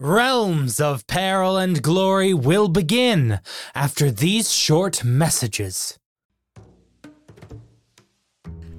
Realms of Peril and Glory will begin after these short messages.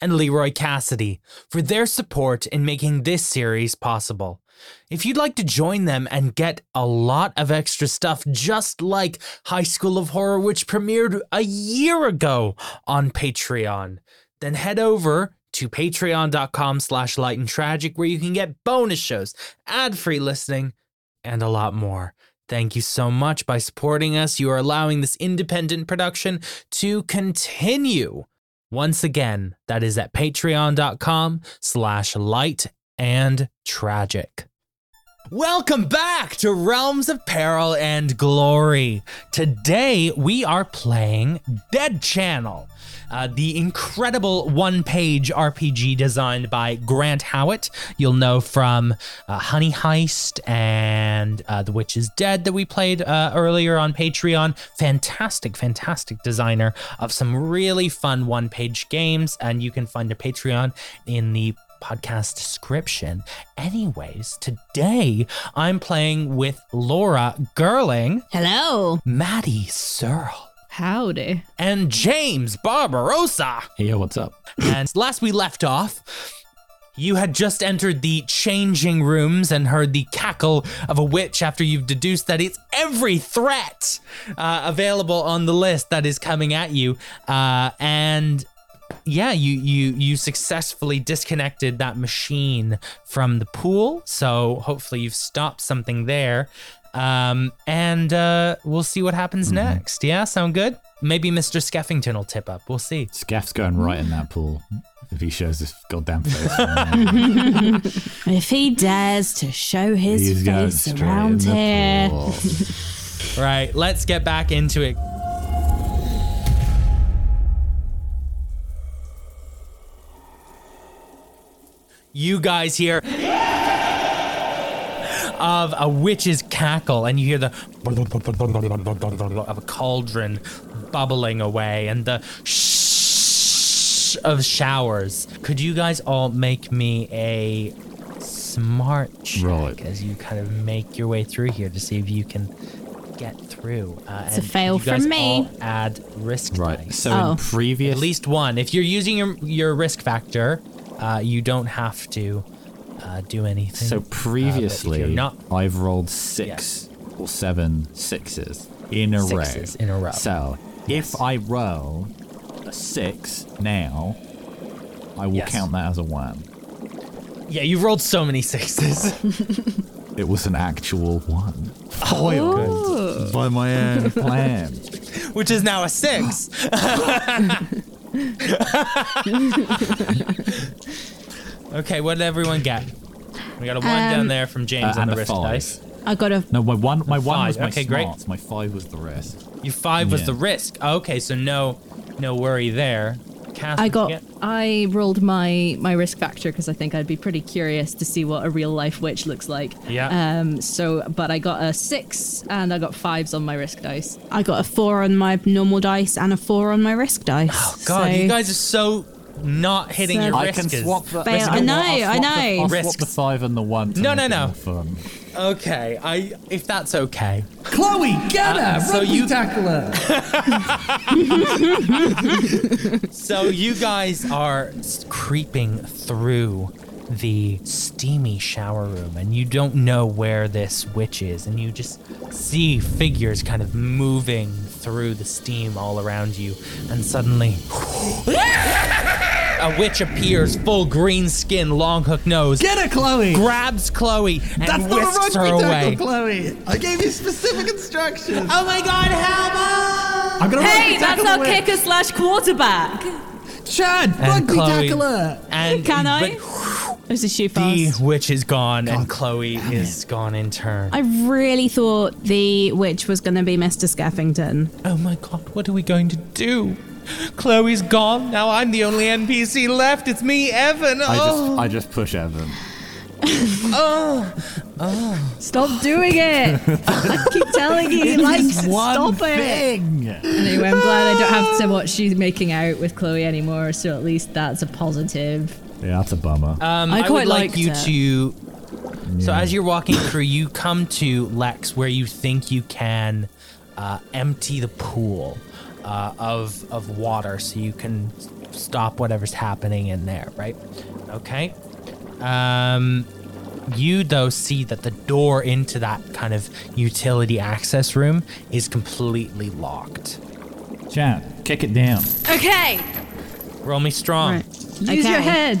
and Leroy Cassidy, for their support in making this series possible. If you'd like to join them and get a lot of extra stuff, just like High School of Horror, which premiered a year ago on Patreon, then head over to patreon.com slash light and tragic where you can get bonus shows, ad-free listening, and a lot more. Thank you so much. By supporting us, you are allowing this independent production to continue. Once again, that is at patreon.com slash light and tragic. Welcome back to Realms of Peril and Glory. Today we are playing Dead Channel, uh, the incredible one page RPG designed by Grant Howitt. You'll know from uh, Honey Heist and uh, The Witch is Dead that we played uh, earlier on Patreon. Fantastic, fantastic designer of some really fun one page games, and you can find their Patreon in the podcast description. Anyways, today I'm playing with Laura Gerling, Hello. Maddie Searle, Howdy. and James Barbarossa. Hey, yo, what's up? and last we left off, you had just entered the changing rooms and heard the cackle of a witch after you've deduced that it's every threat uh, available on the list that is coming at you. Uh, and yeah, you, you you successfully disconnected that machine from the pool, so hopefully you've stopped something there. Um, and uh, we'll see what happens next. Yeah, sound good? Maybe Mr. Skeffington will tip up. We'll see. Scaff's going right in that pool if he shows his goddamn face. If he dares to show his He's going face straight around in the here. pool. Right, let's get back into it. You guys hear of a witch's cackle, and you hear the of a cauldron bubbling away, and the shh of showers. Could you guys all make me a smart check Right. as you kind of make your way through here to see if you can get through? Uh, It's a and fail you guys from me. all add risk Right. dice. So Oh. in previous, At least one. If you're using your your risk factor, uh, you don't have to uh, do anything. so Uh, but if previously, you're not I've rolled six or seven sixes in a Sixes row. in a row. So if I roll a six now, I will Yes. count that as a one. yeah, you've rolled so many sixes. It was an actual one. Oh, foiled Ooh. by my own plan. which is now a six. okay, what did everyone get? We got a one Um, down there from Uh, James on and the a wrist dice. five. I got a. No, my one, my one Five, was my okay, great. smarts. My five was the rest. Your five was Yeah. the risk. Okay, so no, no worry there. Cass, I what'd you got. get? I rolled my my risk factor because I think I'd be pretty curious to see what a real life witch looks like. Yeah. Um. So, but I got a six and I got fives on my risk dice. I got a four on my normal dice and a four on my risk dice. Oh God, you guys are so not hitting So- your I risk. can swap the. Fail. you I know, what, I'll I swap the- know. I'll swap Risks. the five and the one. to No, make no, it no. more Fun. Okay, I if that's okay. Chloe, get her! Uh, so Rugby you- tackle her! So you guys are s- creeping through the steamy shower room and you don't know where this witch is and you just see figures kind of moving through the steam all around you and suddenly a witch appears full green skin long hook nose Get her, Chloe! grabs Chloe and That's not a whisks rugby her tackle, away. Chloe! I gave you specific instructions! Oh my god, help! I'm gonna Hey, rugby that's tackle our her. kicker slash quarterback. Chad, And rugby Chloe tackle her! and Can I? but Is it shoe the fast? witch is gone and Chloe is gone in turn. I really thought the witch was going to be Mr. Scaffington. Oh my god, what are we going to do? Chloe's gone. Now I'm the only NPC left. It's me, Evan. I Oh, just, I just push Evan. Stop doing it! I keep telling you, like, One stop it. thing. Anyway, I'm glad I don't have to watch you making out with Chloe anymore. So at least that's a positive. Yeah, that's a bummer. um, I I, quite would like liked you it. to. So as you're walking through, you come to Lex where you think you can uh, empty the pool uh, of of water, so you can s- stop whatever's happening in there. Right? Okay. Um, You though see that the door into that kind of utility access room is completely locked. Chan, kick it down. Okay. Roll me strong. Use your head.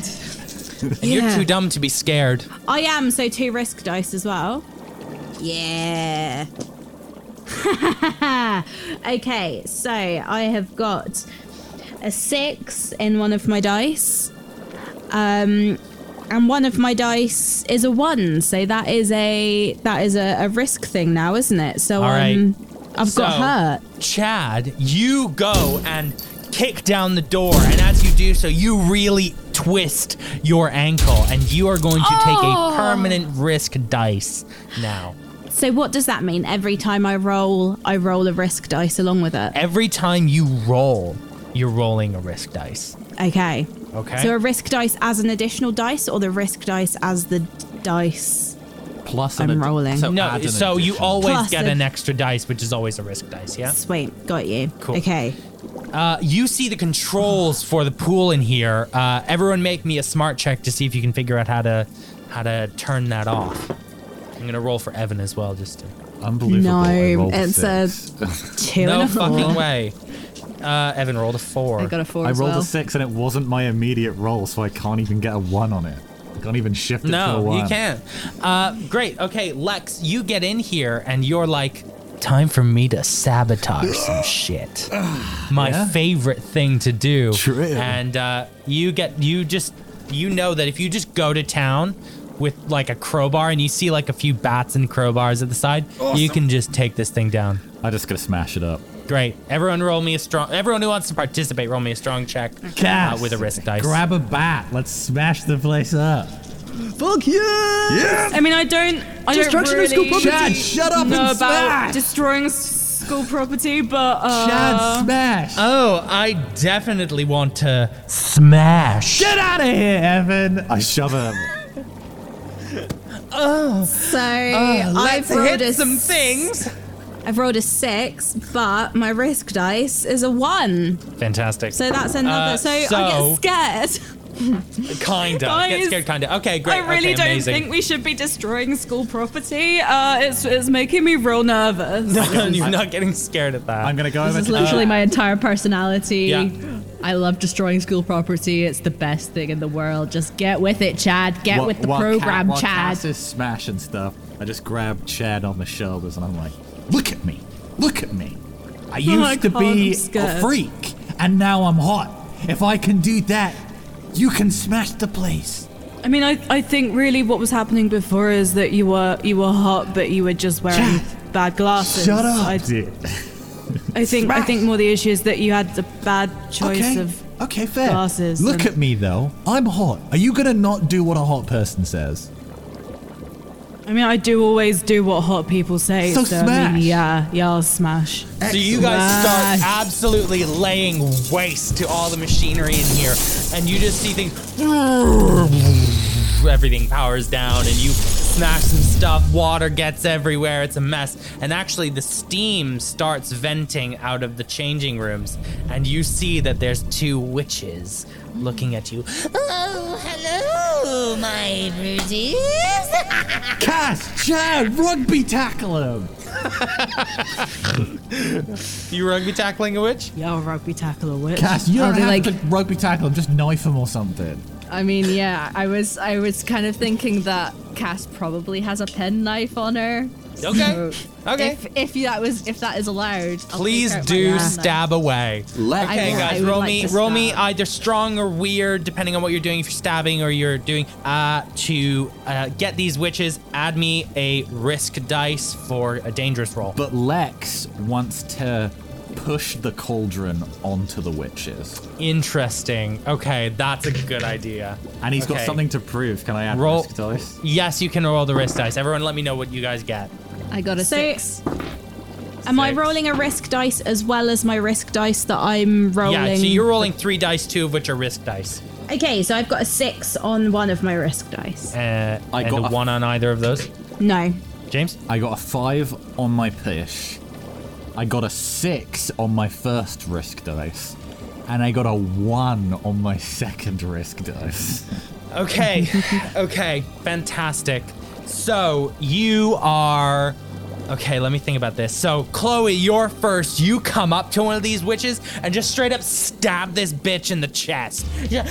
And you're Yeah. too dumb to be scared. I am, so two risk dice as well. Yeah. okay, so I have got a six in one of my dice. Um and one of my dice is a one, so that is a that is a, a risk thing now, isn't it? So All right. um I've So, got hurt. Chad, you go and kick down the door, and as you do so, you really twist your ankle, and you are going to Oh. take a permanent risk dice now. So what does that mean? Every time I roll, I roll a risk dice along with it. Every time you roll, you're rolling a risk dice. Okay. Okay. So a risk dice as an additional dice, or the risk dice as the dice? Plus, I'm an addi- rolling. So no, add an so you addition. always Plus get a- an extra dice, which is always a risk dice, yeah? Sweet, got you. Cool. Okay. Uh, you see the controls for the pool in here. Uh, everyone, make me a smart check to see if you can figure out how to how to turn that off. I'm gonna roll for Evan as well, just to. Unbelievable. I No, rolled a it's a- six. Two no and a four. fucking way. Uh, Evan rolled a four. I got a four I as rolled well. a six and it wasn't my immediate roll, so I can't even get a one on it. I can't even shift it to a no, one. you can't. Uh, great. Okay, Lex, you get in here and you're like, time for me to sabotage some shit. My Yeah? favorite thing to do. True. And uh, you get, you just, you know that if you just go to town with like a crowbar and you see like a few bats and crowbars at the side, you can just take this thing down. I just gotta smash it up. Great. Everyone roll me a strong, everyone who wants to participate, roll me a strong check uh, Cass, with a risk dice. Grab a bat. Let's smash the place up. Fuck you! I mean, I don't. I don't Destruction really of school property! Chad, shut up know and about smash! destroying s- school property, but uh, Chad, smash! uh, Oh, I definitely want to smash. Get out of here, Evan! I shove him. so I've rolled a s- I've rolled a six, but my risk dice is a one, Fantastic. so that's another. Uh, so, so- I get scared. kinda. Get Guys, scared, kinda. Okay, great. I really okay, don't amazing. think we should be destroying school property. Uh, it's it's making me real nervous. You're not getting scared at that. I'm gonna go over This is to literally my entire personality. Yeah. I love destroying school property. It's the best thing in the world. Just get with it, Chad. Get Wha- with the while Ca- program, while Chad. Cass is smashing stuff. I just grab Chad on the shoulders and I'm like, look at me, look at me. Oh I used my to God, I'm be a scared." freak, and now I'm hot. If I can do that, you can smash the place. I mean, I, I think really what was happening before is that you were you were hot, but you were just wearing bad glasses. Shut up, I, dude. I think I think more the issue is that you had the bad choice okay. of okay, fair. glasses Look and- at me though. I'm hot. Are you gonna not do what a hot person says? I mean, I do always do what hot people say. So So, I smash. mean, yeah, yeah, I'll smash. So you guys start absolutely laying waste to all the machinery in here, and you just see things. Everything powers down, and you smash some stuff. Water gets everywhere. It's a mess. And actually, the steam starts venting out of the changing rooms, and you see that there's two witches looking at you. Oh, hello, my beauties. Cass, Chad, rugby tackle him. You rugby tackling a witch? Yeah, I'll rugby tackle a witch. Cass, you I'll don't be have like- to rugby tackle him. Just knife him or something. I mean, yeah, I was I was kind of thinking that Cass probably has a penknife on her. Okay. Okay. If if that was if that is allowed, I'll Please take out my do penknife. stab away. Let Okay, I guys, would roll like me, to roll me stab. either strong or weird, depending on what you're doing. If you're stabbing or you're doing, uh, to uh, get these witches, add me a risk dice for a dangerous roll. But Lex wants to push the cauldron onto the witches, Interesting. Okay, that's a good idea. and he's got Okay. something to prove. Can I add Roll- risk dice? Yes, you can roll the risk dice. Everyone, let me know what you guys get. I got a So- six. Am I Six. rolling a risk dice as well as my risk dice that I'm rolling? Yeah, so you're rolling three dice, two of which are risk dice, Okay, so I've got a six on one of my risk dice. uh, I and got a a- one on either of those. No. James, I got a five on my pish. I got a six on my first risk dice. And I got a one on my second risk dice. Okay. okay. Fantastic. So you are. Okay, let me think about this. So, Chloe, you're first. You come up to one of these witches and just straight up stab this bitch in the chest. Yeah.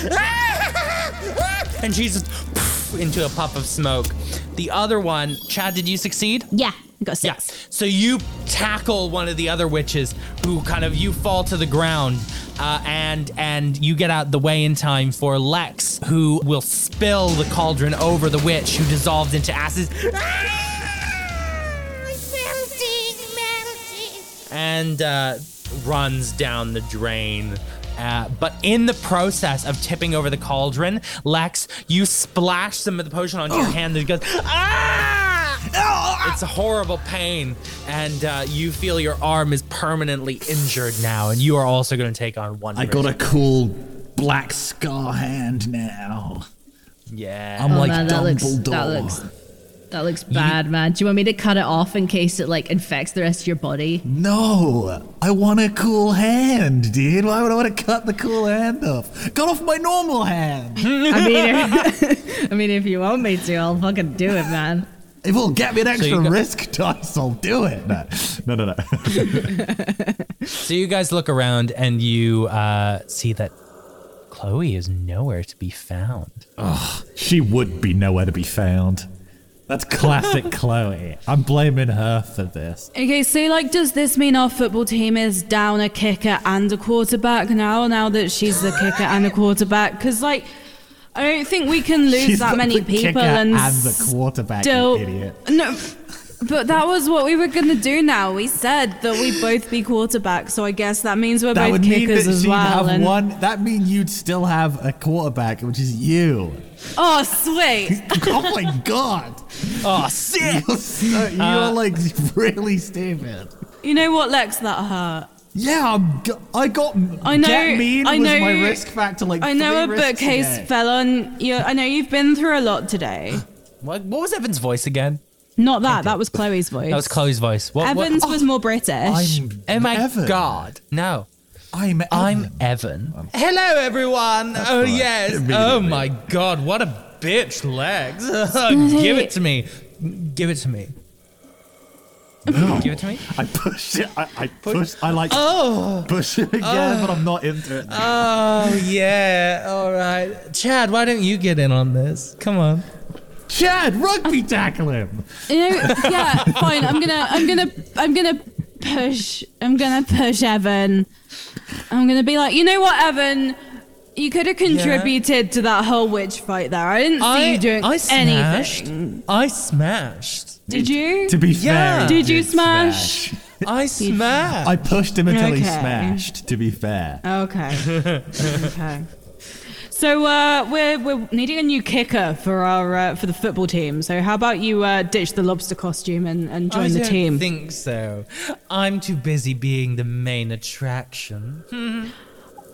and she's just poof, into a puff of smoke. The other one, Chad, did you succeed? Yeah, I got a Yeah. six. So you tackle one of the other witches, who kind of you fall to the ground, uh, and and you get out the way in time for Lex, who will spill the cauldron over the witch, who dissolves into acid. melting, melting. and uh, runs down the drain. Uh, but in the process of tipping over the cauldron, Lex, you splash some of the potion onto your hand and it goes, ah! It's a horrible pain. And uh, you feel your arm is permanently injured now, and you are also going to take on one. I got a cool black scar hand now. Yeah. I'm like Oh, man, that Dumbledore. looks- that looks- That looks bad, man. Do you want me to cut it off in case it like infects the rest of your body? No, I want a cool hand, dude. Why would I want to cut the cool hand off? Cut off my normal hand. I mean, I mean, if you want me to, I'll fucking do it, man. If it'll get me an extra got- risk dice, I'll do it. No, no, no. no. So you guys look around and you uh, see that Chloe is nowhere to be found. She would be nowhere to be found. That's classic Chloe. I'm blaming her for this. Okay, so like, does this mean our football team is down a kicker and a quarterback now? Now that she's the kicker and the quarterback, because like, I don't think we can lose She's that got many the kicker people and, and the quarterback, you still idiot. no. But that was what we were gonna do. Now we said that we both be quarterbacks, so I guess that means we're That both would mean that kickers as she'd well. have and- one. That mean you'd still have a quarterback, which is you. Oh, sweet! oh my god! Oh, sick! You're, so, you're like really stupid. You know what, Lex? That hurt. Yeah, I'm, go- I got. I know. Get mean I was know. my risk factor. Like I know a three risks bookcase today. fell on you. I know you've been through a lot today. What, what was Evan's voice again? Not that. That was Chloe's voice. That was Chloe's voice. What, what- Evans was more British. I'm Oh my Evan. god. No. I'm. I'm Evan. Evan. Hello everyone. oh right. yes. Oh Immediately. my god, what a bitch legs. Give it to me. Give it to me. Give it to me. I pushed it. I, I pushed. I like oh, Uh, push it again, but I'm not into it. Oh yeah. All right. Chad, why don't you get in on this? Come on. Chad, rugby tackle him. You know, yeah, fine. I'm gonna, I'm gonna, I'm gonna push. I'm gonna push Evan. I'm gonna be like, you know what, Evan? You could have contributed to that whole witch fight there. I didn't see you doing I anything. smashed. I smashed. Did you? To be Yeah. fair, he Did you did smash? I smashed. I pushed him until he Okay. smashed. To be fair. Okay. okay. So uh, we're we're needing a new kicker for our uh, for the football team. So how about you uh, ditch the lobster costume and, and join Oh, I the don't team? think so. I'm too busy being the main attraction.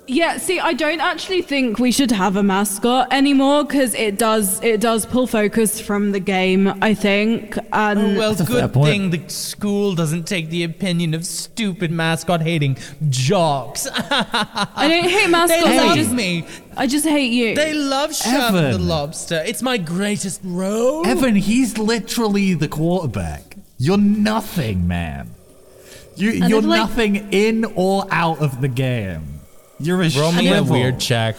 Yeah, see, I don't actually think we should have a mascot anymore because it does it does pull focus from the game. I think. Mm, And Well, fair good point. thing the school doesn't take the opinion of stupid mascot hating jocks. I don't hate mascots. They I love just me. I just hate you. They love Shaft the Evan. Lobster. It's my greatest role. Evan, he's literally the quarterback. You're nothing, man. You, And you're it's like- nothing in or out of the game. You're a Roll me a shrivel. weird check.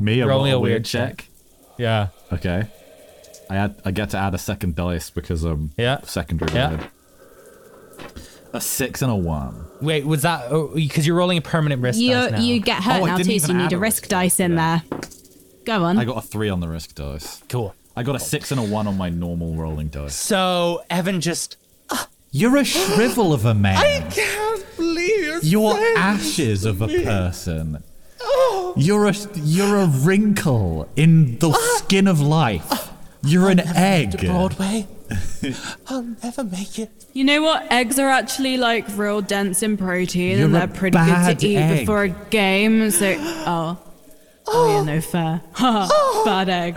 Me a roll me roll a a weird weird check. Yeah. Okay. I add, I get to add a second dice because um Yeah. secondary. Yeah. roll. A six and a one. Wait, was that oh, because you're rolling a permanent wrist dice you now? you get hurt Oh, I now didn't too, so even you need add a a risk risk dice in there. Go on. I got a three on the risk dice. cool. I got a six and a one on my normal rolling dice. So Evan just. You're a shrivel of a man. can't believe you're. You're ashes of a person. You're a you're a wrinkle in the skin of life. You're an egg. Broadway. I'll never make it. You know what? Eggs are actually like real dense in protein, and You're they're a pretty good bad to eat egg. before a game. So oh. Oh yeah, no fair. Bad egg.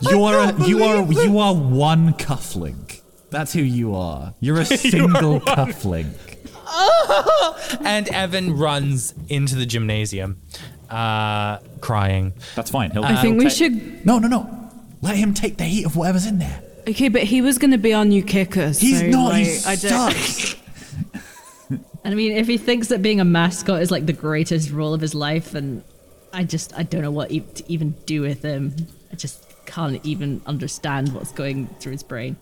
You are a, you are you are one cufflink. That's who you are. You're a single cufflink. And Evan runs into the gymnasium, uh, crying. That's fine. He'll I think we should No, no, no. Let him take the heat of whatever's in there. Okay, but he was going to be our new kicker. He's so, not. Like, He's I don't- stuck. And I mean, if he thinks that being a mascot is like the greatest role of his life, then I just I don't know what e- to even do with him. I just can't even understand what's going through his brain.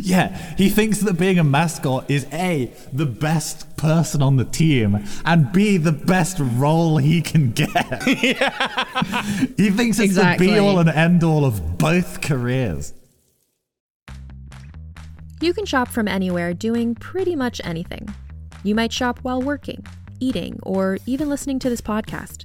Yeah, he thinks that being a mascot is A, the best person on the team, and B, the best role he can get. he thinks it's Exactly. the be all and end all of both careers. You can shop from anywhere doing pretty much anything. You might shop while working, eating, or even listening to this podcast.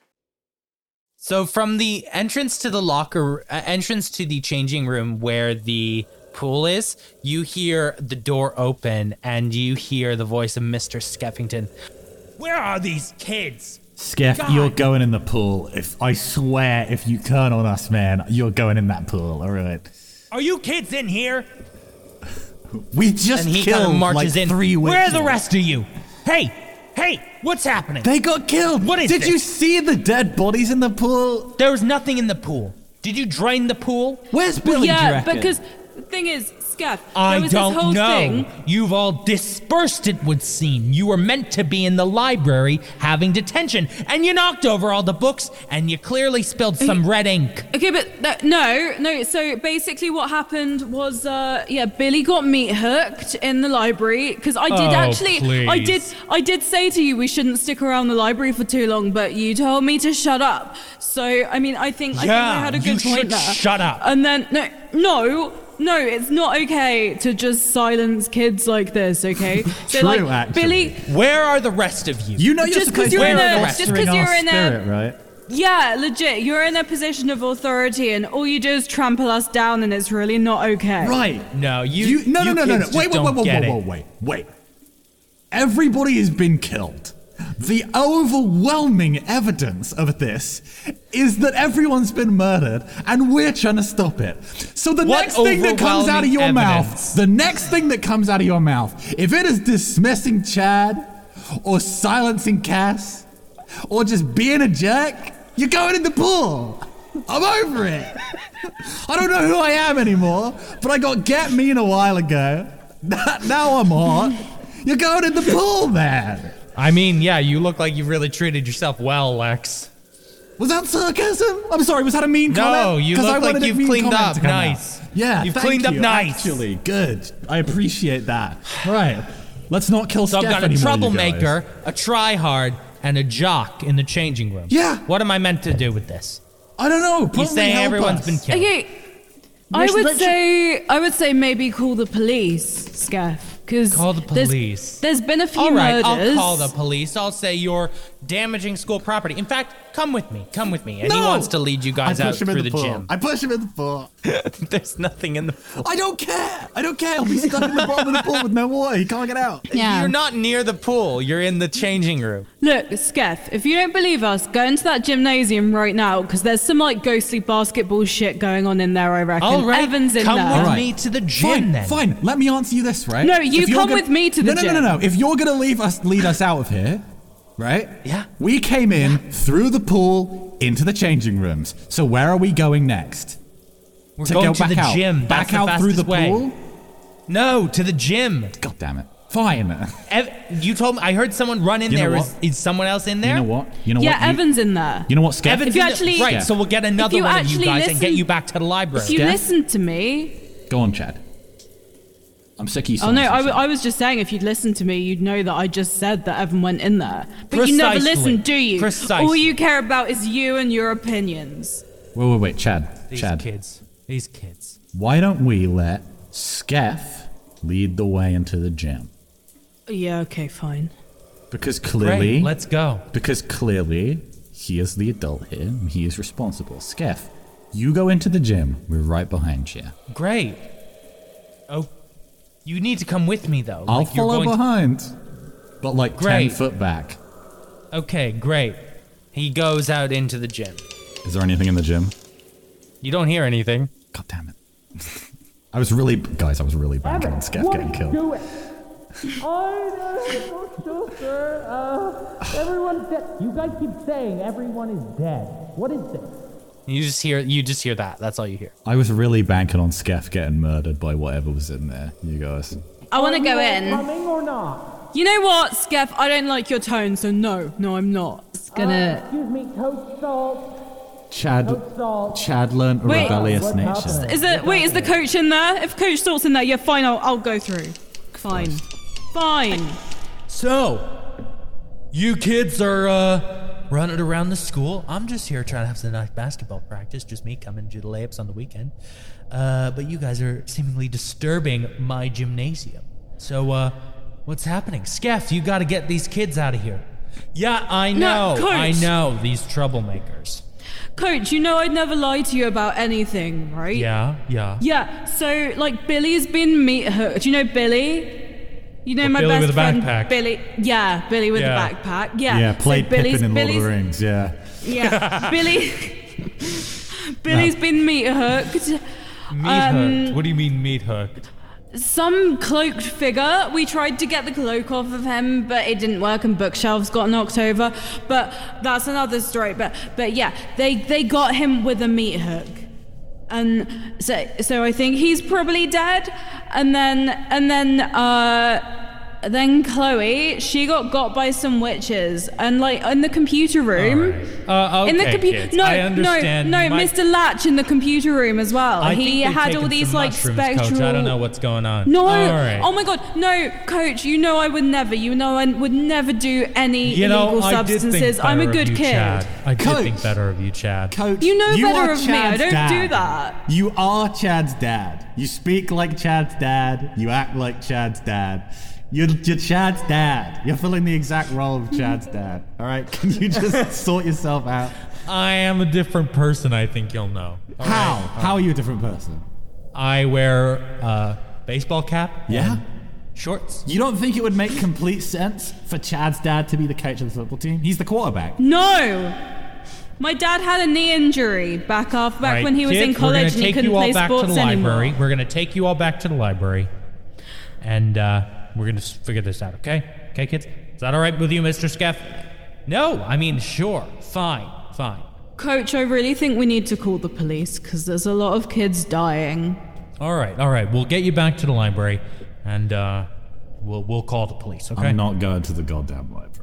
So from the entrance to the locker, uh, entrance to the changing room where the pool is, you hear the door open and you hear the voice of Mr. Skeffington. Where are these kids? Skeff, God. you're going in the pool. If I swear, if you turn on us, man, you're going in that pool. All right. Are you kids in here? We just And he kind killed of marches like in. three witches. Where are the rest of you? Hey, hey, what's happening? They got killed. What is Did this? you see the dead bodies in the pool? there was nothing in the pool. Did you drain the pool? Where's Billy? do you yeah, reckon? because The thing is, Scuff, I there was don't this whole know. thing. You've all dispersed, it would seem. You were meant to be in the library having detention, and you knocked over all the books, and you clearly spilled Mm. some red ink. Okay, but that, no, no. So basically, what happened was, uh, yeah, Billy got meat hooked in the library because I did Oh, actually, I please. did, I did say to you we shouldn't stick around the library for too long, but you told me to shut up. So I mean, I think I think Yeah, I had a you good point should there. Uh, shut up. And then no, no. No, it's not okay to just silence kids like this, okay? True, so like actually. Billy Where are the rest of you? You know you're Just 'cause supposed to you're be in a- the just 'cause fostering our you're in a- spirit, right? Yeah, legit. You're in a position of authority, and all you do is trample us down, and it's really not okay. No, you. no, no, you no, no, no. kids Wait, just wait, wait, don't wait, get wait, it. wait, wait, wait. Everybody has been killed. The overwhelming evidence of this is that everyone's been murdered and we're trying to stop it. So the What next thing that comes out of your overwhelming evidence? mouth, the next thing that comes out of your mouth, if it is dismissing Chad or silencing Cass or just being a jerk, you're going in the pool. I'm over it. I don't know who I am anymore, but I got get mean a while ago. now I'm hot. You're going in the pool, man. I mean, yeah, you look like you really treated yourself well, Lex. Was that sarcasm? I'm sorry. Was that a mean No, comment? you 'Cause look I like wanted a you've mean cleaned comment up. to come out. Nice. Yeah, You've thank cleaned up you, nice. Actually, good. I appreciate that. All right, let's not kill. So I've Steph got a anymore, you troublemaker, guys. a tryhard, and a jock in the changing room. Yeah. What am I meant to do with this? I don't know. He's saying everyone's everyone's been killed. Okay, I There's would literally- say I would say maybe call the police, Scaff, because Call the police. there's been a few All right, I'll murders. call the police. I'll say you're damaging school property. In fact, come with me. Come with me. And he No! wants to lead you guys I out push him in through the the, pool. gym. I push him in the pool. There's nothing in the pool. I don't care. I don't care. He'll be stuck in the bottom of the pool with no water. He can't get out. You're not near the pool. You're in the changing room. Look, Skeff, if you don't believe us, go into that gymnasium right now because there's some like ghostly basketball shit going on in there. I reckon. All right, Evans in come there. with All right. me to the gym Fine, then. fine. Let me answer you this, right? No, you If you're come gonna- with me to the no, no, gym. No, no, no, If you're gonna leave us, lead us out of here, right? Yeah. We came in through the pool into the changing rooms. So where are we going next? We're To going go to the back out. gym. Back That's the out through the fastest way. pool? No, to the gym. God damn it. Fine. Ev- you told me. I heard someone run in You know there. what? Is, is someone else in there? You know what? You know yeah, what? You- Evans in there. You know what, Skeff? Evans If you in the- actually- right. So we'll get If another you one of you actually guys and get listen- you back to the library. If you listen to me, Go on, Chad. I'm sick of you. Oh no, I, silencing w- I was just saying if you'd listened to me, you'd know that I just said that Evan went in there. But you never Precisely. listen, do you? Precisely. All you care about is you and your opinions. Wait, wait, wait, Chad. These Chad. kids. These kids. Why don't we let Skeff lead the way into the gym? Yeah, okay, fine. Because clearly, Great, let's go. Because clearly, he is the adult here. and He is responsible. Skeff, you go into the gym. We're right behind you. Great. Oh, you need to come with me though. I'll Like, you're follow going to- behind, but like ten Great. foot back. Okay, great. He goes out into the gym. Is there anything in the gym? You don't hear anything. God damn it. I was really, guys. I was really banking on Skeff getting killed. Everyone's dead. Uh, You guys keep saying everyone is dead. What is this? You just hear. You just hear that. That's all you hear. I was really banking on Skeff getting murdered by whatever was in there. You guys. I want to go in. Coming or not? You know what, Skeff? I don't like your tone, so no, no, I'm not. It's gonna. Uh, excuse me, Oh, Coach Salt. Chad. Chad learned a Wait. rebellious nature. Is it? Wait, is the coach in there? If Coach Salt's in there, yeah, fine. I'll, I'll go through. Fine, fine. So, you kids are uh, running around the school. I'm just here trying to have some nice basketball practice. Just me coming to the layups on the weekend. Uh, but you guys are seemingly disturbing my gymnasium. So, uh, what's happening? Skeff, you got to get these kids out of here. Yeah, I know. No, coach. I know these troublemakers. Coach, you know I'd never lie to you about anything, right? Yeah, yeah. Yeah, so like Billy's been meat hooked. You know Billy? You know Well, my Billy best with a friend backpack. Billy. Yeah, Billy with Yeah. the backpack. Yeah. yeah so played Billy's- Pippin in Lord of Billy's- the Rings. Yeah. Yeah, Billy. Billy's been meat hooked. Um, What do you mean meat hooked? Some cloaked figure. We tried to get the cloak off of him, but it didn't work, and bookshelves got knocked over. But that's another story. But but yeah, they they got him with a meat hook, and so so I think he's probably dead. And then and then uh, then Chloe, she got got by some witches, and like in the computer room. Uh, in the okay, computer, kids, no, I no, understand. no, My- Mr. Latch in the computer room as well. I he think they've had taken all these some like mushrooms, Coach. spectral. I don't know what's going on. No, All right. oh my god, no, coach, you know I would never, you know I would never do any you know, illegal I did think substances. I'm a better of good you, kid. Chad. I did Coach. think better of you, Chad. Coach, You know better are of me. I Chad's don't dad. do that. You are Chad's dad. You speak like Chad's dad. You act like Chad's dad. You're, you're Chad's dad. You're filling the exact role of Chad's dad. All right, can you just sort yourself out? I am a different person. I think you'll know. How? How are you a different person? I wear a baseball cap. Yeah. and Shorts. You don't think it would make complete sense for Chad's dad to be the coach of the football team? He's the quarterback. No. My dad had a knee injury back off back Right, when he was kids, in college and he couldn't We're play going to take you all back sports to the anymore. library. We're going to take you all back to the library, and uh, we're going to figure this out. Okay? Okay, kids. Is that all right with you, Mister Skeff? No, I mean sure, fine, fine. Coach, I really think we need to call the police because there's a lot of kids dying. All right, all right. We'll get you back to the library, and uh, we'll we'll call the police. Okay. I'm not going to the goddamn library.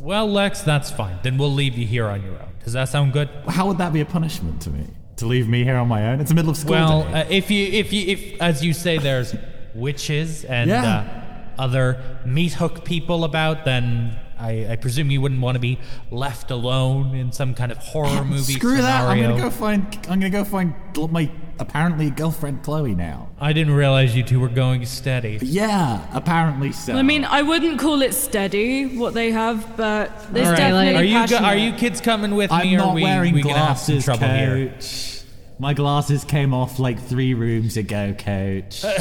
Well, Lex, that's fine. Then we'll leave you here on your own. Does that sound good? How would that be a punishment to me? To leave me here on my own? It's the middle of school. Well, day. uh, if you if you if as you say, there's witches and Yeah. uh, other meat hook people about, then. I, I presume you wouldn't want to be left alone in some kind of horror movie Ah, Screw that! I'm scenario. gonna go find. I'm gonna go find gl- my apparently girlfriend Chloe now. I didn't realize you two were going steady. Yeah, apparently so. I mean, I wouldn't call it steady what they have, but there's All right, definitely are you go- passionate. are you kids coming with I'm me? or not are we, wearing we gonna have some glasses, trouble here? Coach. My glasses came off like three rooms ago, Coach. Are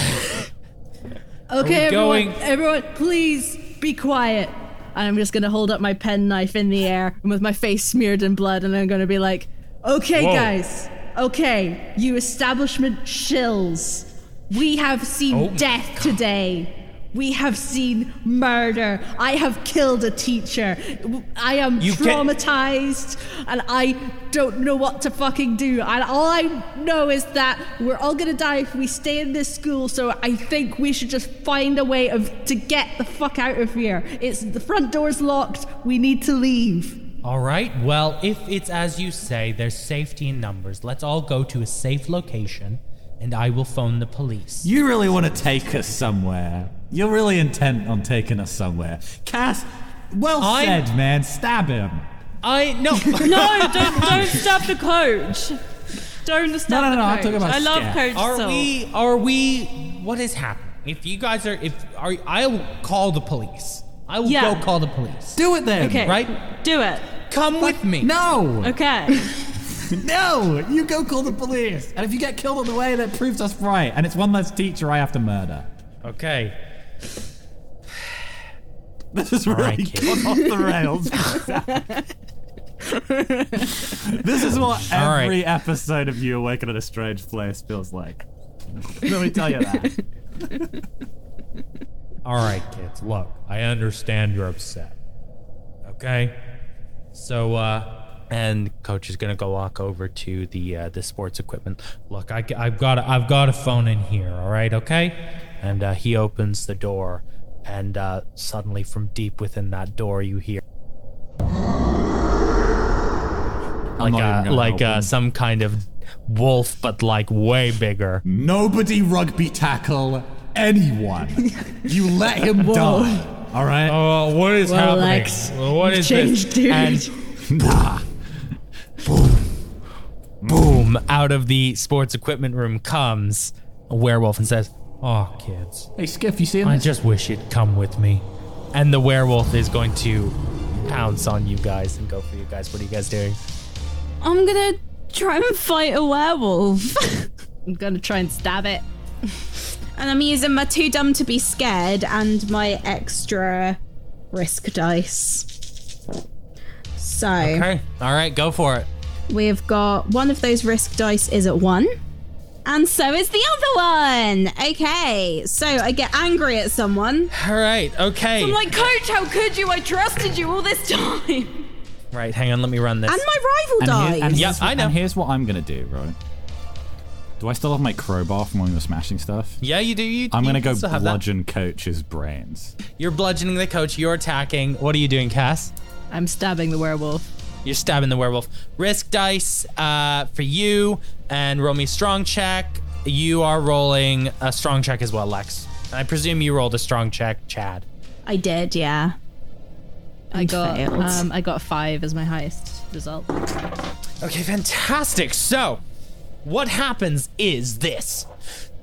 we Okay, everyone, going- everyone, please be quiet. And I'm just gonna hold up my penknife in the air and with my face smeared in blood, and I'm gonna be like, "Okay, Whoa. guys, okay, you establishment shills, we have seen Oh my death today." We have seen murder. I have killed a teacher. I am You can't- traumatized and I don't know what to fucking do. And all I know is that we're all gonna die if we stay in this school, so I think we should just find a way of to get the fuck out of here. It's the front door's locked, we need to leave. All right. Well, if it's as you say, there's safety in numbers. Let's all go to a safe location, and I will phone the police. you really want to take us somewhere. You're really intent on taking us somewhere. Cass, well I'm- said, man. Stab him. I no no don't don't stab the coach. Don't stab No, the no, no, I'm coach. talking about I love staff. coach. Are Saul. we? Are we? What is happening? If you guys are, if are, I will call the police. I will Yeah. go call the police. Do it then. Okay. Right? Do it. Come with me. No. Okay. no, you go call the police. And if you get killed on the way, that proves us right. And it's one less teacher I have to murder. Okay. This is really gone off the rails. this is what All right. every episode of You Awaken at a Strange Place feels like. Let me tell you that. All right, kids. Look, I understand you're upset. Okay. So, uh, and coach is gonna go walk over to the uh, the sports equipment. Look, I, have got a, I've got a phone in here. All right, okay. And uh, he opens the door, and uh, suddenly from deep within that door, you hear like not even uh, gonna like help uh, him. some kind of wolf, but like way bigger. Mm. Nobody rugby tackle anyone. You let him Whoa. die. All right. Oh, what is Well, happening? Lex, what you've is changed, this? dude. And bah, boom, boom! Out of the sports equipment room comes a werewolf and says, "Oh, kids, Hey, Skiff, you seeing I this? just wish you'd come with me." And the werewolf is going to pounce on you guys and go for you guys. What are you guys doing? I'm gonna try and fight a werewolf. I'm gonna try and stab it. And I'm using my too dumb to be scared and my extra risk dice. So Okay, all right, go for it. we've got one of those risk dice is at one. And so is the other one. Okay, so I get angry at someone. All right, okay. I'm like, Coach, how could you? I trusted you all this time. Right, hang on, let me run this. And my rival And, dies. here- and here's, I know. and here's what I'm going to do, right? Do I still have my crowbar from when we were smashing stuff? Yeah, you do. You, I'm you gonna go still have that. bludgeon Coach's brains. You're bludgeoning the coach. You're attacking. What are you doing, Cass? I'm stabbing the werewolf. You're stabbing the werewolf. Risk dice uh, for you, and roll me a strong check. You are rolling a strong check as well, Lex. And I presume you rolled a strong check, Chad. I did, yeah. I got failed. um, I got five as my highest result. Okay, fantastic. So, what happens is this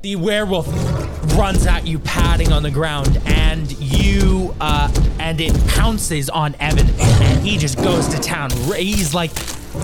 the werewolf runs at you, padding on the ground, and you, uh, and it pounces on Evan, and he just goes to town. He's like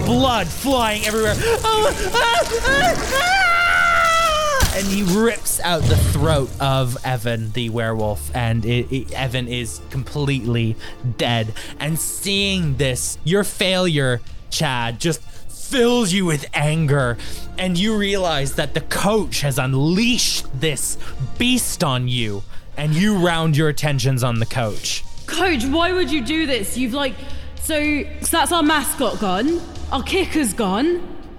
blood flying everywhere. Oh, ah! and he rips out the throat of Evan, the werewolf, and it, it- Evan is completely dead. And seeing this, your failure, Chad, just fills you with anger, and you realize that the coach has unleashed this beast on you, and you round your attentions on the coach. Coach, why would you do this? You've like, so, so that's our mascot gone. Our kicker's gone.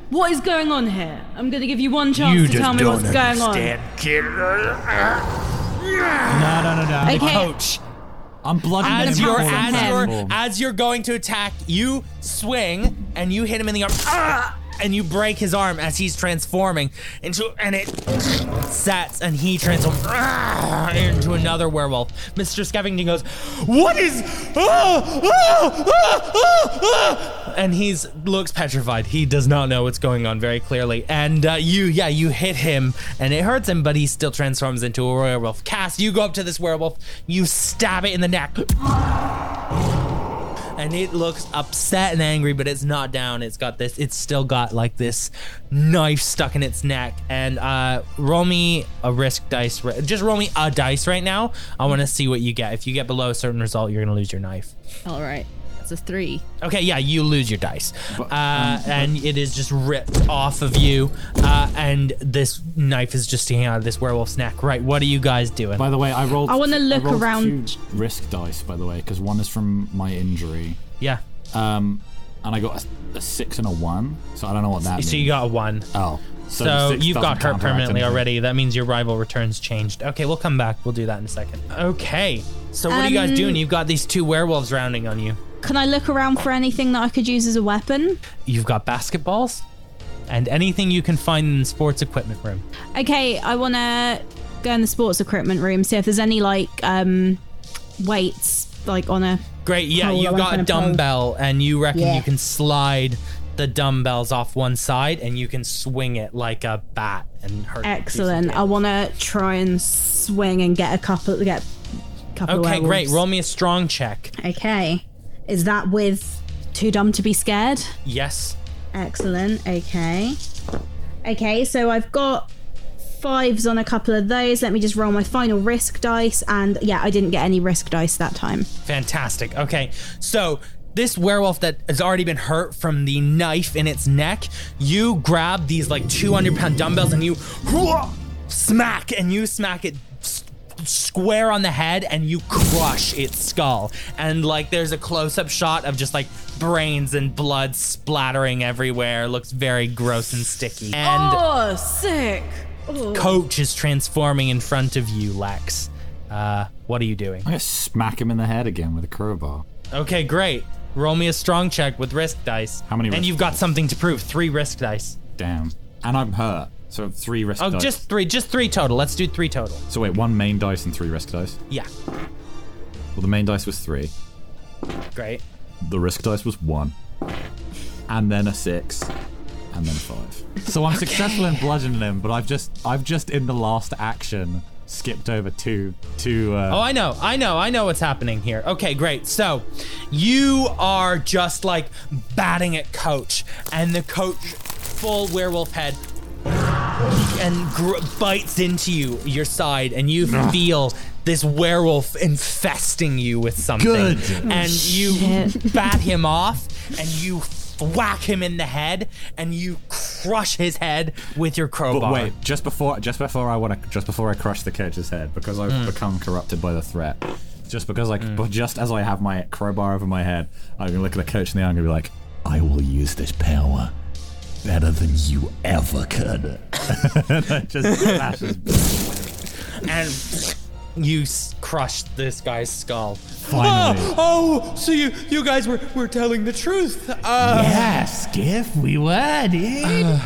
What is going on here? I'm gonna give you one chance to tell me what's going on. kid. No, no, no, no. The Okay. coach. I'm bloody As memorable you're, in as, that you're, form. as you're going to attack, you swing and you hit him in the arm. Ah! And you break his arm as he's transforming into, and it sets, and he transforms ah, into another werewolf. Mr. Skeffington goes, "What is?" ah, ah, ah, ah, ah," And he's looks petrified. He does not know what's going on very clearly. And uh, you, yeah, you hit him, and it hurts him, but he still transforms into a werewolf. Cass, you go up to this werewolf, you stab it in the neck and it looks upset and angry, but it's not down. It's got this. It's still got like this knife stuck in its neck. And uh, roll me a risk dice. ri- Just roll me a dice right now. I want to see what you get. If you get below a certain result, you're gonna lose your knife. All right, that's a three. Okay, yeah, you lose your dice, uh, and it is just ripped off of you. Uh, and this knife is just sticking out of this werewolf's neck. Right, what are you guys doing? By the way, I rolled. I wanna look rolled around. two risk dice, by the way, because one is from my injury. Yeah. Um, and I got a, a six and a one, so I don't know what that means. So you got a one. Oh, So, so, the six you've doesn't got hurt counteract permanently anything. already. That means your rival returns changed. Okay, we'll come back. We'll do that in a second. Okay. So what are you Um, guys doing? You've got these two werewolves rounding on you. Can I look around for anything that I could use as a weapon? You've got basketballs and anything you can find in the sports equipment room. Okay, I want to go in the sports equipment room, see if there's any like um weights like on a Great. Yeah, Pole, I you've wanna got find a a pole. dumbbell and you reckon Yeah. you can slide the dumbbells off one side and you can swing it like a bat and hurt. do some excellent. I want to try and swing and get a couple get a couple Okay, of great. werewolves. Roll me a strong check. Okay. Is that with too dumb to be scared? Yes. Excellent. Okay. Okay, so I've got fives on a couple of those. Let me just roll my final risk dice and yeah, I didn't get any risk dice that time. Fantastic. Okay. So this werewolf that has already been hurt from the knife in its neck, you grab these like 200 pound dumbbells and you smack and you smack it s- square on the head and you crush its skull. And like there's a close up shot of just like brains and blood splattering everywhere. Looks very gross and sticky. And oh, sick. Oh. coach is transforming in front of you, Lex. Uh, what are you doing? I'm gonna smack him in the head again with a crowbar. Okay, great. Roll me a strong check with risk dice. How many And risk you've got something to prove. Three risk dice. Damn. And I'm hurt, so three risk Oh, dice. just three. Just three total. Let's do three total. So wait, one main dice and three risk dice. Yeah. Well, the main dice was three. Great. The risk dice was one, and then a six, and then a five. So I'm successful in bludgeoning him, but I've just I've just in the last action skipped over two two. Uh, Oh, I know, I know, I know what's happening here. Okay, great. So, you are just like batting at Coach, and the Coach, full werewolf head, and gr- bites into you, your side, and you Ugh. feel this werewolf infesting you with something. Good. Oh, And you bat him off, and you whack him in the head, and you crush his head with your crowbar. But wait, just before just before I want to just before I crush the coach's head because I've Mm. become corrupted by the threat. Just because like, Hmm. but just as I have my crowbar over my head, I'm gonna look at the coach in the eye and be like, "I will use this power better than you ever could. Just smashes. and you s- crushed this guy's skull. Finally. oh, so you you guys were were telling the truth. Uh, yeah, Skiff, we were, dude.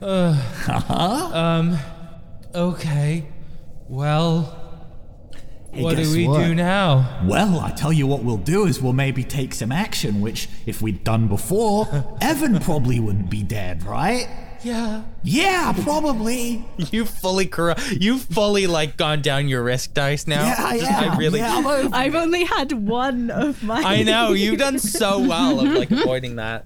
Uh, Huh? Um. Okay. Well. Hey, what do guess we what? do now? Well, I tell you what we'll do is we'll maybe take some action, which, if we'd done before, Evan probably wouldn't be dead, right? Yeah. Yeah, probably. You fully corrupt. You fully like gone down your risk dice now. I really. I've only had one of my. I know you've done so well of like avoiding that.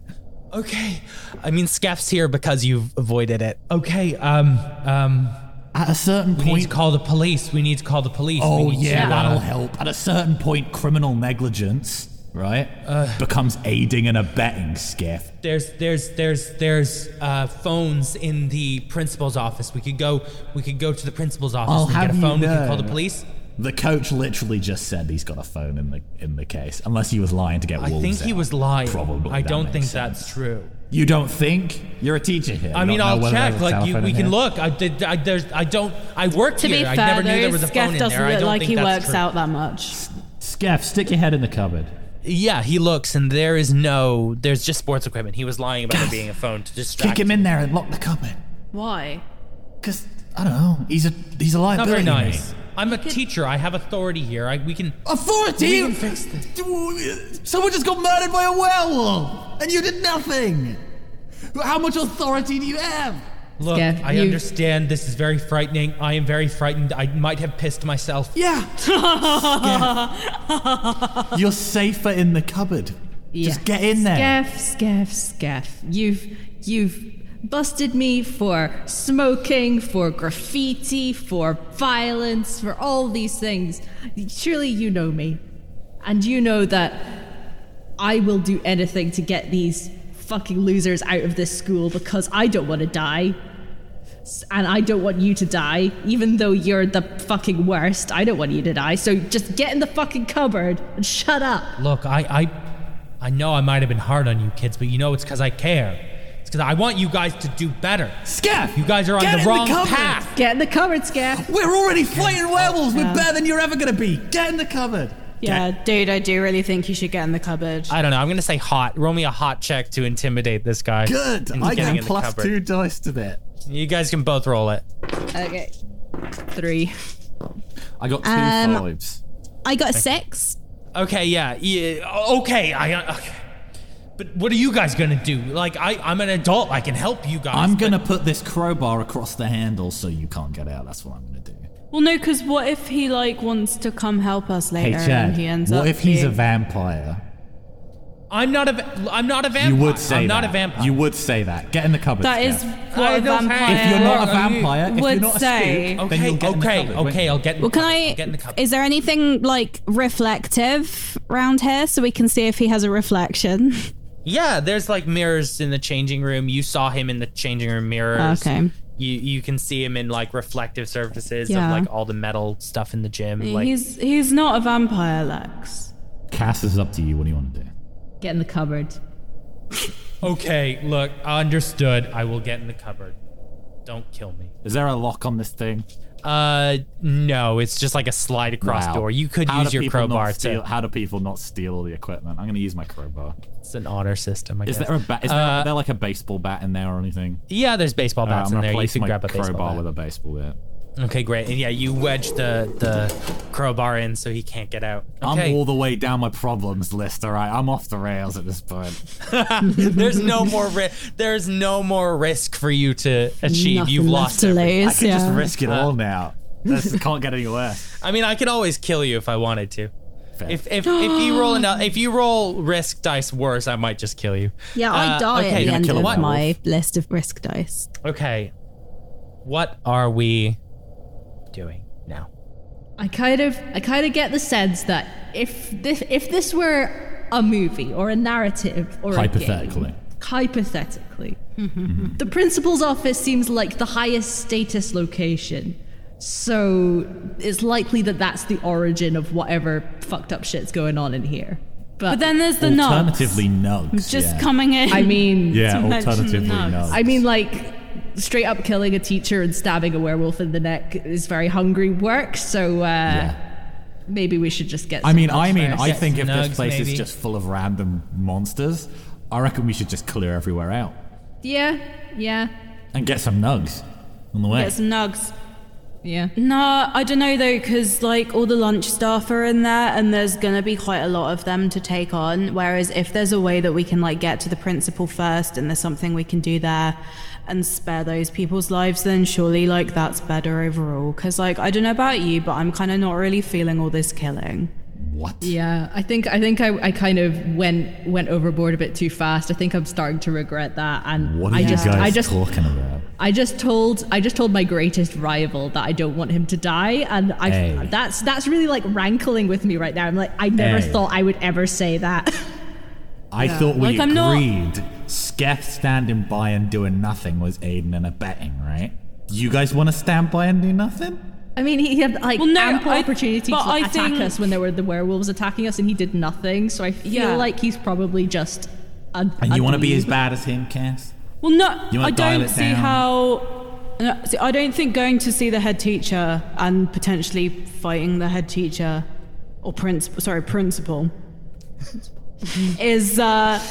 Okay. I mean, Scaff's here because you've avoided it. Okay. Um. Um. At a certain we point, need to call the police. We need to call the police. Oh, we need yeah, to, that'll uh, help. At a certain point, criminal negligence, right, becomes aiding and abetting, Skiff. There's there's there's there's uh, phones in the principal's office. We could go we could go to the principal's office I'll and get have a phone. You We know, can call the police. The coach literally just said he's got a phone in the in the case, unless he was lying to get. I wolves think he out. was lying. Probably. I that don't makes think sense. that's true. You don't think? You're a teacher here. I You mean, don't know I'll whether check. there's a Like you, telephone we in can here. look. I did. I, there's. I don't. I worked To here. be I fair, never knew there though, was a phone Skeff in doesn't there. I look don't like think he that's works true. out that much. Skeff, stick your head in the cupboard. Yeah, he looks, and there is no. There's just sports equipment. He was lying about there being a phone to distract. Kick him in there and lock the cupboard. Why? Because I don't know. He's a he's a It's not very liability. nice. mate. I'm a teacher. I have authority here. I, we can. Authority? We can fix this. Someone just got murdered by a werewolf, and you did nothing. How much authority do you have? Look, Yeah, I you- understand this is very frightening. I am very frightened. I might have pissed myself. Yeah. You're safer in the cupboard. Just get in there. Scaff, scaff, scaff. You've you've busted me for smoking, for graffiti, for violence, for all these things. Surely you know me. And you know that I will do anything to get these fucking losers out of this school because I don't want to die. S- And I don't want you to die, even though you're the fucking worst. I don't want you to die. So just get in the fucking cupboard and shut up. Look, I, I, I know I might have been hard on you kids, but you know it's because I care. It's because I want you guys to do better. Scaff, you guys are on get in the the wrong cupboard! path. Get in the cupboard, Scaff. We're already fighting werewolves. We're Yeah. better than you're ever gonna be. Get in the cupboard. Yeah, dude, I do really think you should get in the cupboard. I don't know. I'm gonna say hot. Roll me a hot check to intimidate this guy. Good. Into I getting got in the plus cupboard. two dice to that. You guys can both roll it. Okay. Three. I got two Um, fives. I got a Thank six. Okay, yeah, yeah. Okay, I. uh, Okay. But what are you guys gonna do? Like, I, I'm an adult. I can help you guys. I'm gonna put this crowbar across the handle so you can't get out. That's what I'm gonna do. Well, no, because what if he like wants to come help us later hey and Chad, he ends what up? if he's here? a vampire? I'm not a. va- I'm not a vampire. You would say I'm not that. a vampire. You would say that. Get in the cupboard. That is Scaff. what a vampire If you're not a vampire, if you're would not a say. spook, then you'll get in the okay, cupboard, won't okay. you? I'll get. In Well, the can cupboard. I? Get in the cupboard. Is there anything like reflective round here so we can see if he has a reflection? Yeah, there's like mirrors in the changing room. You saw him in the changing room mirrors. Oh, Okay. You you can see him in like reflective surfaces Yeah. of like all the metal stuff in the gym. Like he's he's not a vampire, Lex. Cass is up to you. What do you want to do? Get in the cupboard. okay, look, understood. I will get in the cupboard. Don't kill me. Is there a lock on this thing? Uh, no, it's just like a slide across Wow. door. You could How use do your people not crowbar steal- to. How do people not steal all the equipment? I'm gonna use my crowbar. It's an honor system. I Is guess. there a bat? Is there, Uh, is there like a baseball bat in there or anything? Yeah, there's baseball Alright, bats Uh, in I'm gonna there. You place can my grab a baseball crowbar bat. with a baseball bat. Okay, great. And yeah, you wedge the the crowbar in so he can't get out. I'm Okay. all the way down my problems list. All right, I'm off the rails at this point. there's no more ri- there's no more risk for you to achieve. Nothing You've left lost to everything. lose, I could just yeah. risk it all now. This can't get any worse. I mean, I could always kill you if I wanted to. If if, if you roll enough, if you roll risk dice worse, I might just kill you. Yeah, I Uh, die okay, at the end of what- my list of risk dice. Okay, what are we doing now? I kind of I kind of get the sense that if this if this were a movie or a narrative or a Hypothetically. game, hypothetically, the principal's office seems like the highest status location. So it's likely that that's the origin of whatever fucked up shit's going on in here. But then there's the nugs. Alternatively, nugs. Just yeah. coming in. I mean, Yeah, to mention the alternatively, nugs. nugs. I mean, like straight up killing a teacher and stabbing a werewolf in the neck is very hungry work. So uh, maybe we should just get. I some mean, I nugs mean, first. I think if this place is just full of random monsters, I reckon we should just clear everywhere out Yeah, yeah. and get some nugs on the way. Get some nugs. Yeah. No, I don't know though, because like all the lunch staff are in there, and there's gonna be quite a lot of them to take on. Whereas if there's a way that we can like get to the principal first, and there's something we can do there, and spare those people's lives, then surely like that's better overall. Because like I don't know about you, but I'm kind of not really feeling all this killing. What? Yeah, I think I think I, I kind of went went overboard a bit too fast. I think I'm starting to regret that. And What are I you just guys I just talking about? I just told I just told my greatest rival that I don't want him to die, and I Hey. that's that's really like rankling with me right now. I'm like I never Hey. thought I would ever say that. I Yeah. thought we Like, I'm not- agreed. Sketh standing by and doing nothing was aiding and abetting, right? You guys want to stand by and do nothing? I mean, he had like Well, no, ample I- opportunity to but I attack think- us when there were the werewolves attacking us, and he did nothing. So I feel Yeah. like he's probably just. A, And a you want to be as dweeb. bad as him, Cass? Well, no, You wanna I dial don't it see down? how. no, see, I don't think going to see the head teacher and potentially fighting the head teacher or principal, sorry, principal, is uh,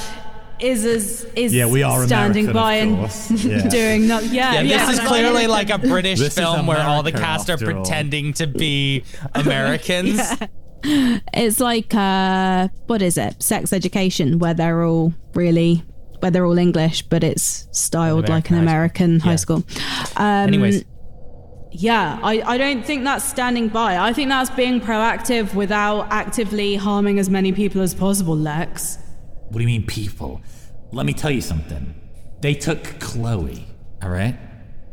is as is Yeah, we are standing American, by of and course. Yeah. doing no, yeah, Yeah, yeah, this is no, clearly like a British This is film where all the America, cast are after all. pretending to be Americans. It's like uh, what is it? Sex education, where they're all really where they're all English, but it's styled like an American high school. Um, Anyways. yeah, I, I don't think that's standing by. I think that's being proactive without actively harming as many people as possible, Lex. What do you mean, people? Let me tell you something. They took Chloe, all right?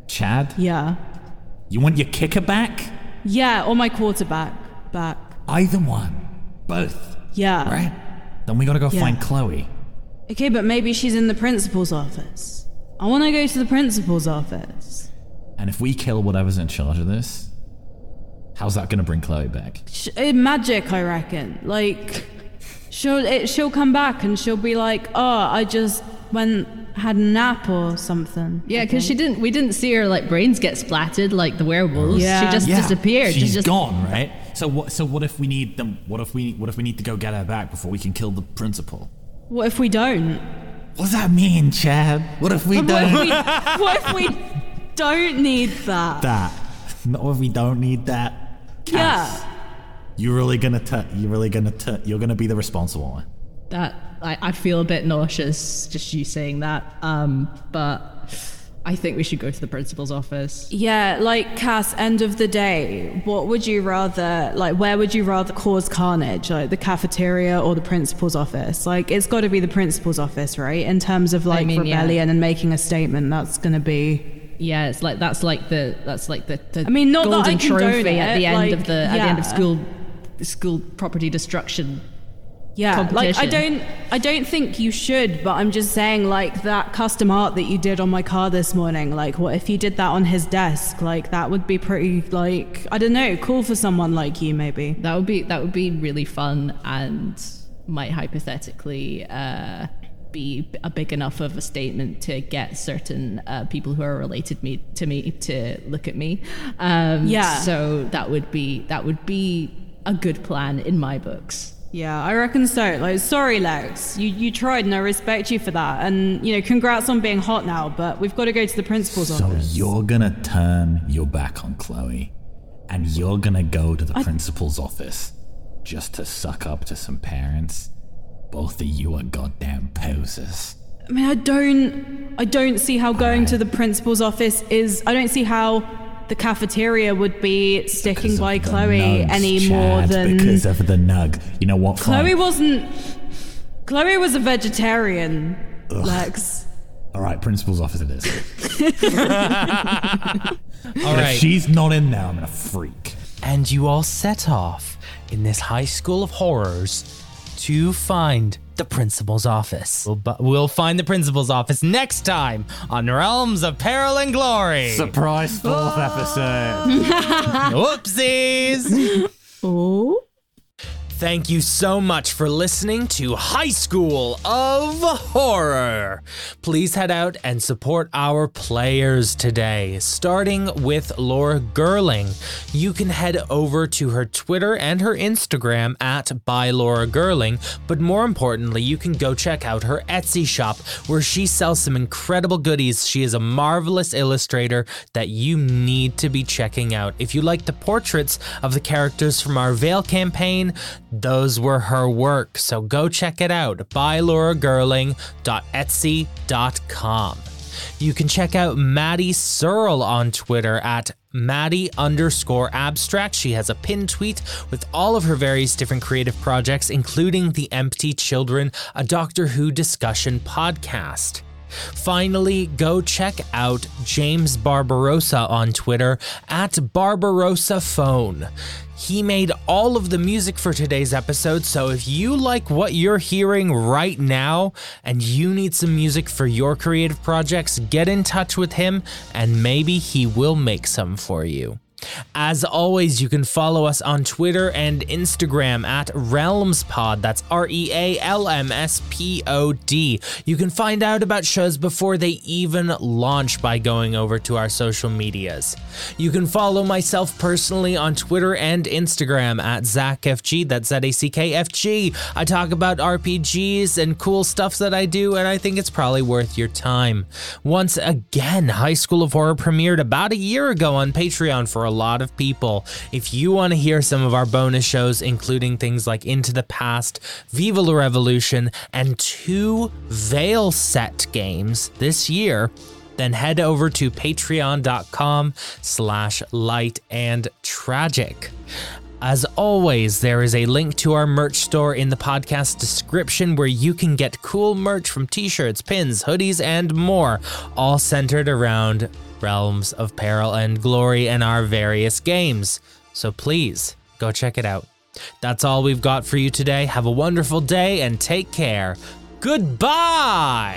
Chad? Yeah. You want your kicker back? Yeah, or my quarterback back. Either one. Both. Yeah. Right. Then we gotta go Yeah. find Chloe. Okay, but maybe she's in the principal's office. I want to go to the principal's office. And if we kill whatever's in charge of this, how's that gonna bring Chloe back? Sh- eh, magic, I reckon. Like, she'll it, she'll come back and she'll be like, "Oh, I just went had a nap or something." Yeah, because she didn't. We didn't see her like brains get splatted like the werewolves. She just disappeared. She's she just gone, right? So what? So what if we need them? What if we? What if we need to go get her back before we can kill the principal? What if we don't? What does that mean, Chad? What if we But what, don't? if we, what if we don't need that? that. Not if we don't need that. Yeah. You're really gonna tut. You're really gonna tut. You're gonna be the responsible one. That I, I feel a bit nauseous just you saying that. Um, but I think we should go to the principal's office. Yeah, like Cass, end of the day, what would you rather, like, where would you rather cause carnage? Like the cafeteria or the principal's office? Like, it's got to be the principal's office, right? In terms of like mean, yeah. rebellion and making a statement, that's going to be. Yeah, it's like that's like the that's like the, the I mean, not that I golden condone trophy it, at the end like, of the at the end of yeah. school school property destruction. Yeah, like I competition. don't, I don't think you should, but I'm just saying, like that custom art that you did on my car this morning. Like, what if you did that on his desk? Like, that would be pretty, like, I don't know, cool for someone like you, maybe. That would be that would be really fun and might hypothetically uh, be a big enough of a statement to get certain uh, people who are related me to me to look at me. Um, Yeah. So that would be that would be a good plan in my books. Yeah, I reckon so. Like, sorry, Lex, you you tried, and I respect you for that. And you know, congrats on being hot now. But we've got to go to the principal's So office. you're gonna turn your back on Chloe, and you're gonna go to the I- principal's office just to suck up to some parents. Both of you are goddamn posers. I mean, I don't, I don't see how going to the principal's office is. I don't see how the cafeteria would be sticking by Chloe Nugs, any Chad, more than because of the nug. You know what? Fine. Chloe wasn't. Chloe was a vegetarian. Ugh. Lex. All right, principal's office it is. All And if right. she's not in there, I'm gonna freak. And you all set off in this high school of horrors to find the principal's office. We'll, bu- we'll find the principal's office next time on Realms of Peril and Glory. Surprise fourth episode. Whoopsies. Oh. Thank you so much for listening to High School of Horror. Please head out and support our players today, starting with Laura Gerling. You can head over to her Twitter and her Instagram at by Laura Gerling, but more importantly, you can go check out her Etsy shop where she sells some incredible goodies. She is a marvelous illustrator that you need to be checking out. If you like the portraits of the characters from our Veil campaign, those were her work. So go check it out by lauragirling.etsy.com. You can check out Maddie Searle on Twitter at Maddie underscore abstract. She has a pinned tweet with all of her various different creative projects, including The Empty Children, a Doctor Who discussion podcast. Finally, go check out James Barbarossa on Twitter at Barbarossa Phone. He made all of the music for today's episode, so if you like what you're hearing right now and you need some music for your creative projects, get in touch with him and maybe he will make some for you. As always, you can follow us on Twitter and Instagram at RealmsPod. That's R E A L M S P O D. You can find out about shows before they even launch by going over to our social medias. You can follow myself personally on Twitter and Instagram at ZachFG. That's Z A C K F G. I talk about RPGs and cool stuff that I do, and I think it's probably worth your time. Once again, High School of Horror premiered about a year ago on Patreon for a lot of people. If you want to hear some of our bonus shows, including things like Into the Past, Viva la Revolution, and two Veil set games this year, then head over to patreon.com slash light and tragic. As always, there is a link to our merch store in the podcast description where you can get cool merch from t shirts, pins, hoodies, and more, all centered around Realms of Peril and Glory and our various games. So please go check it out. That's all we've got for you today. Have a wonderful day and take care. Goodbye!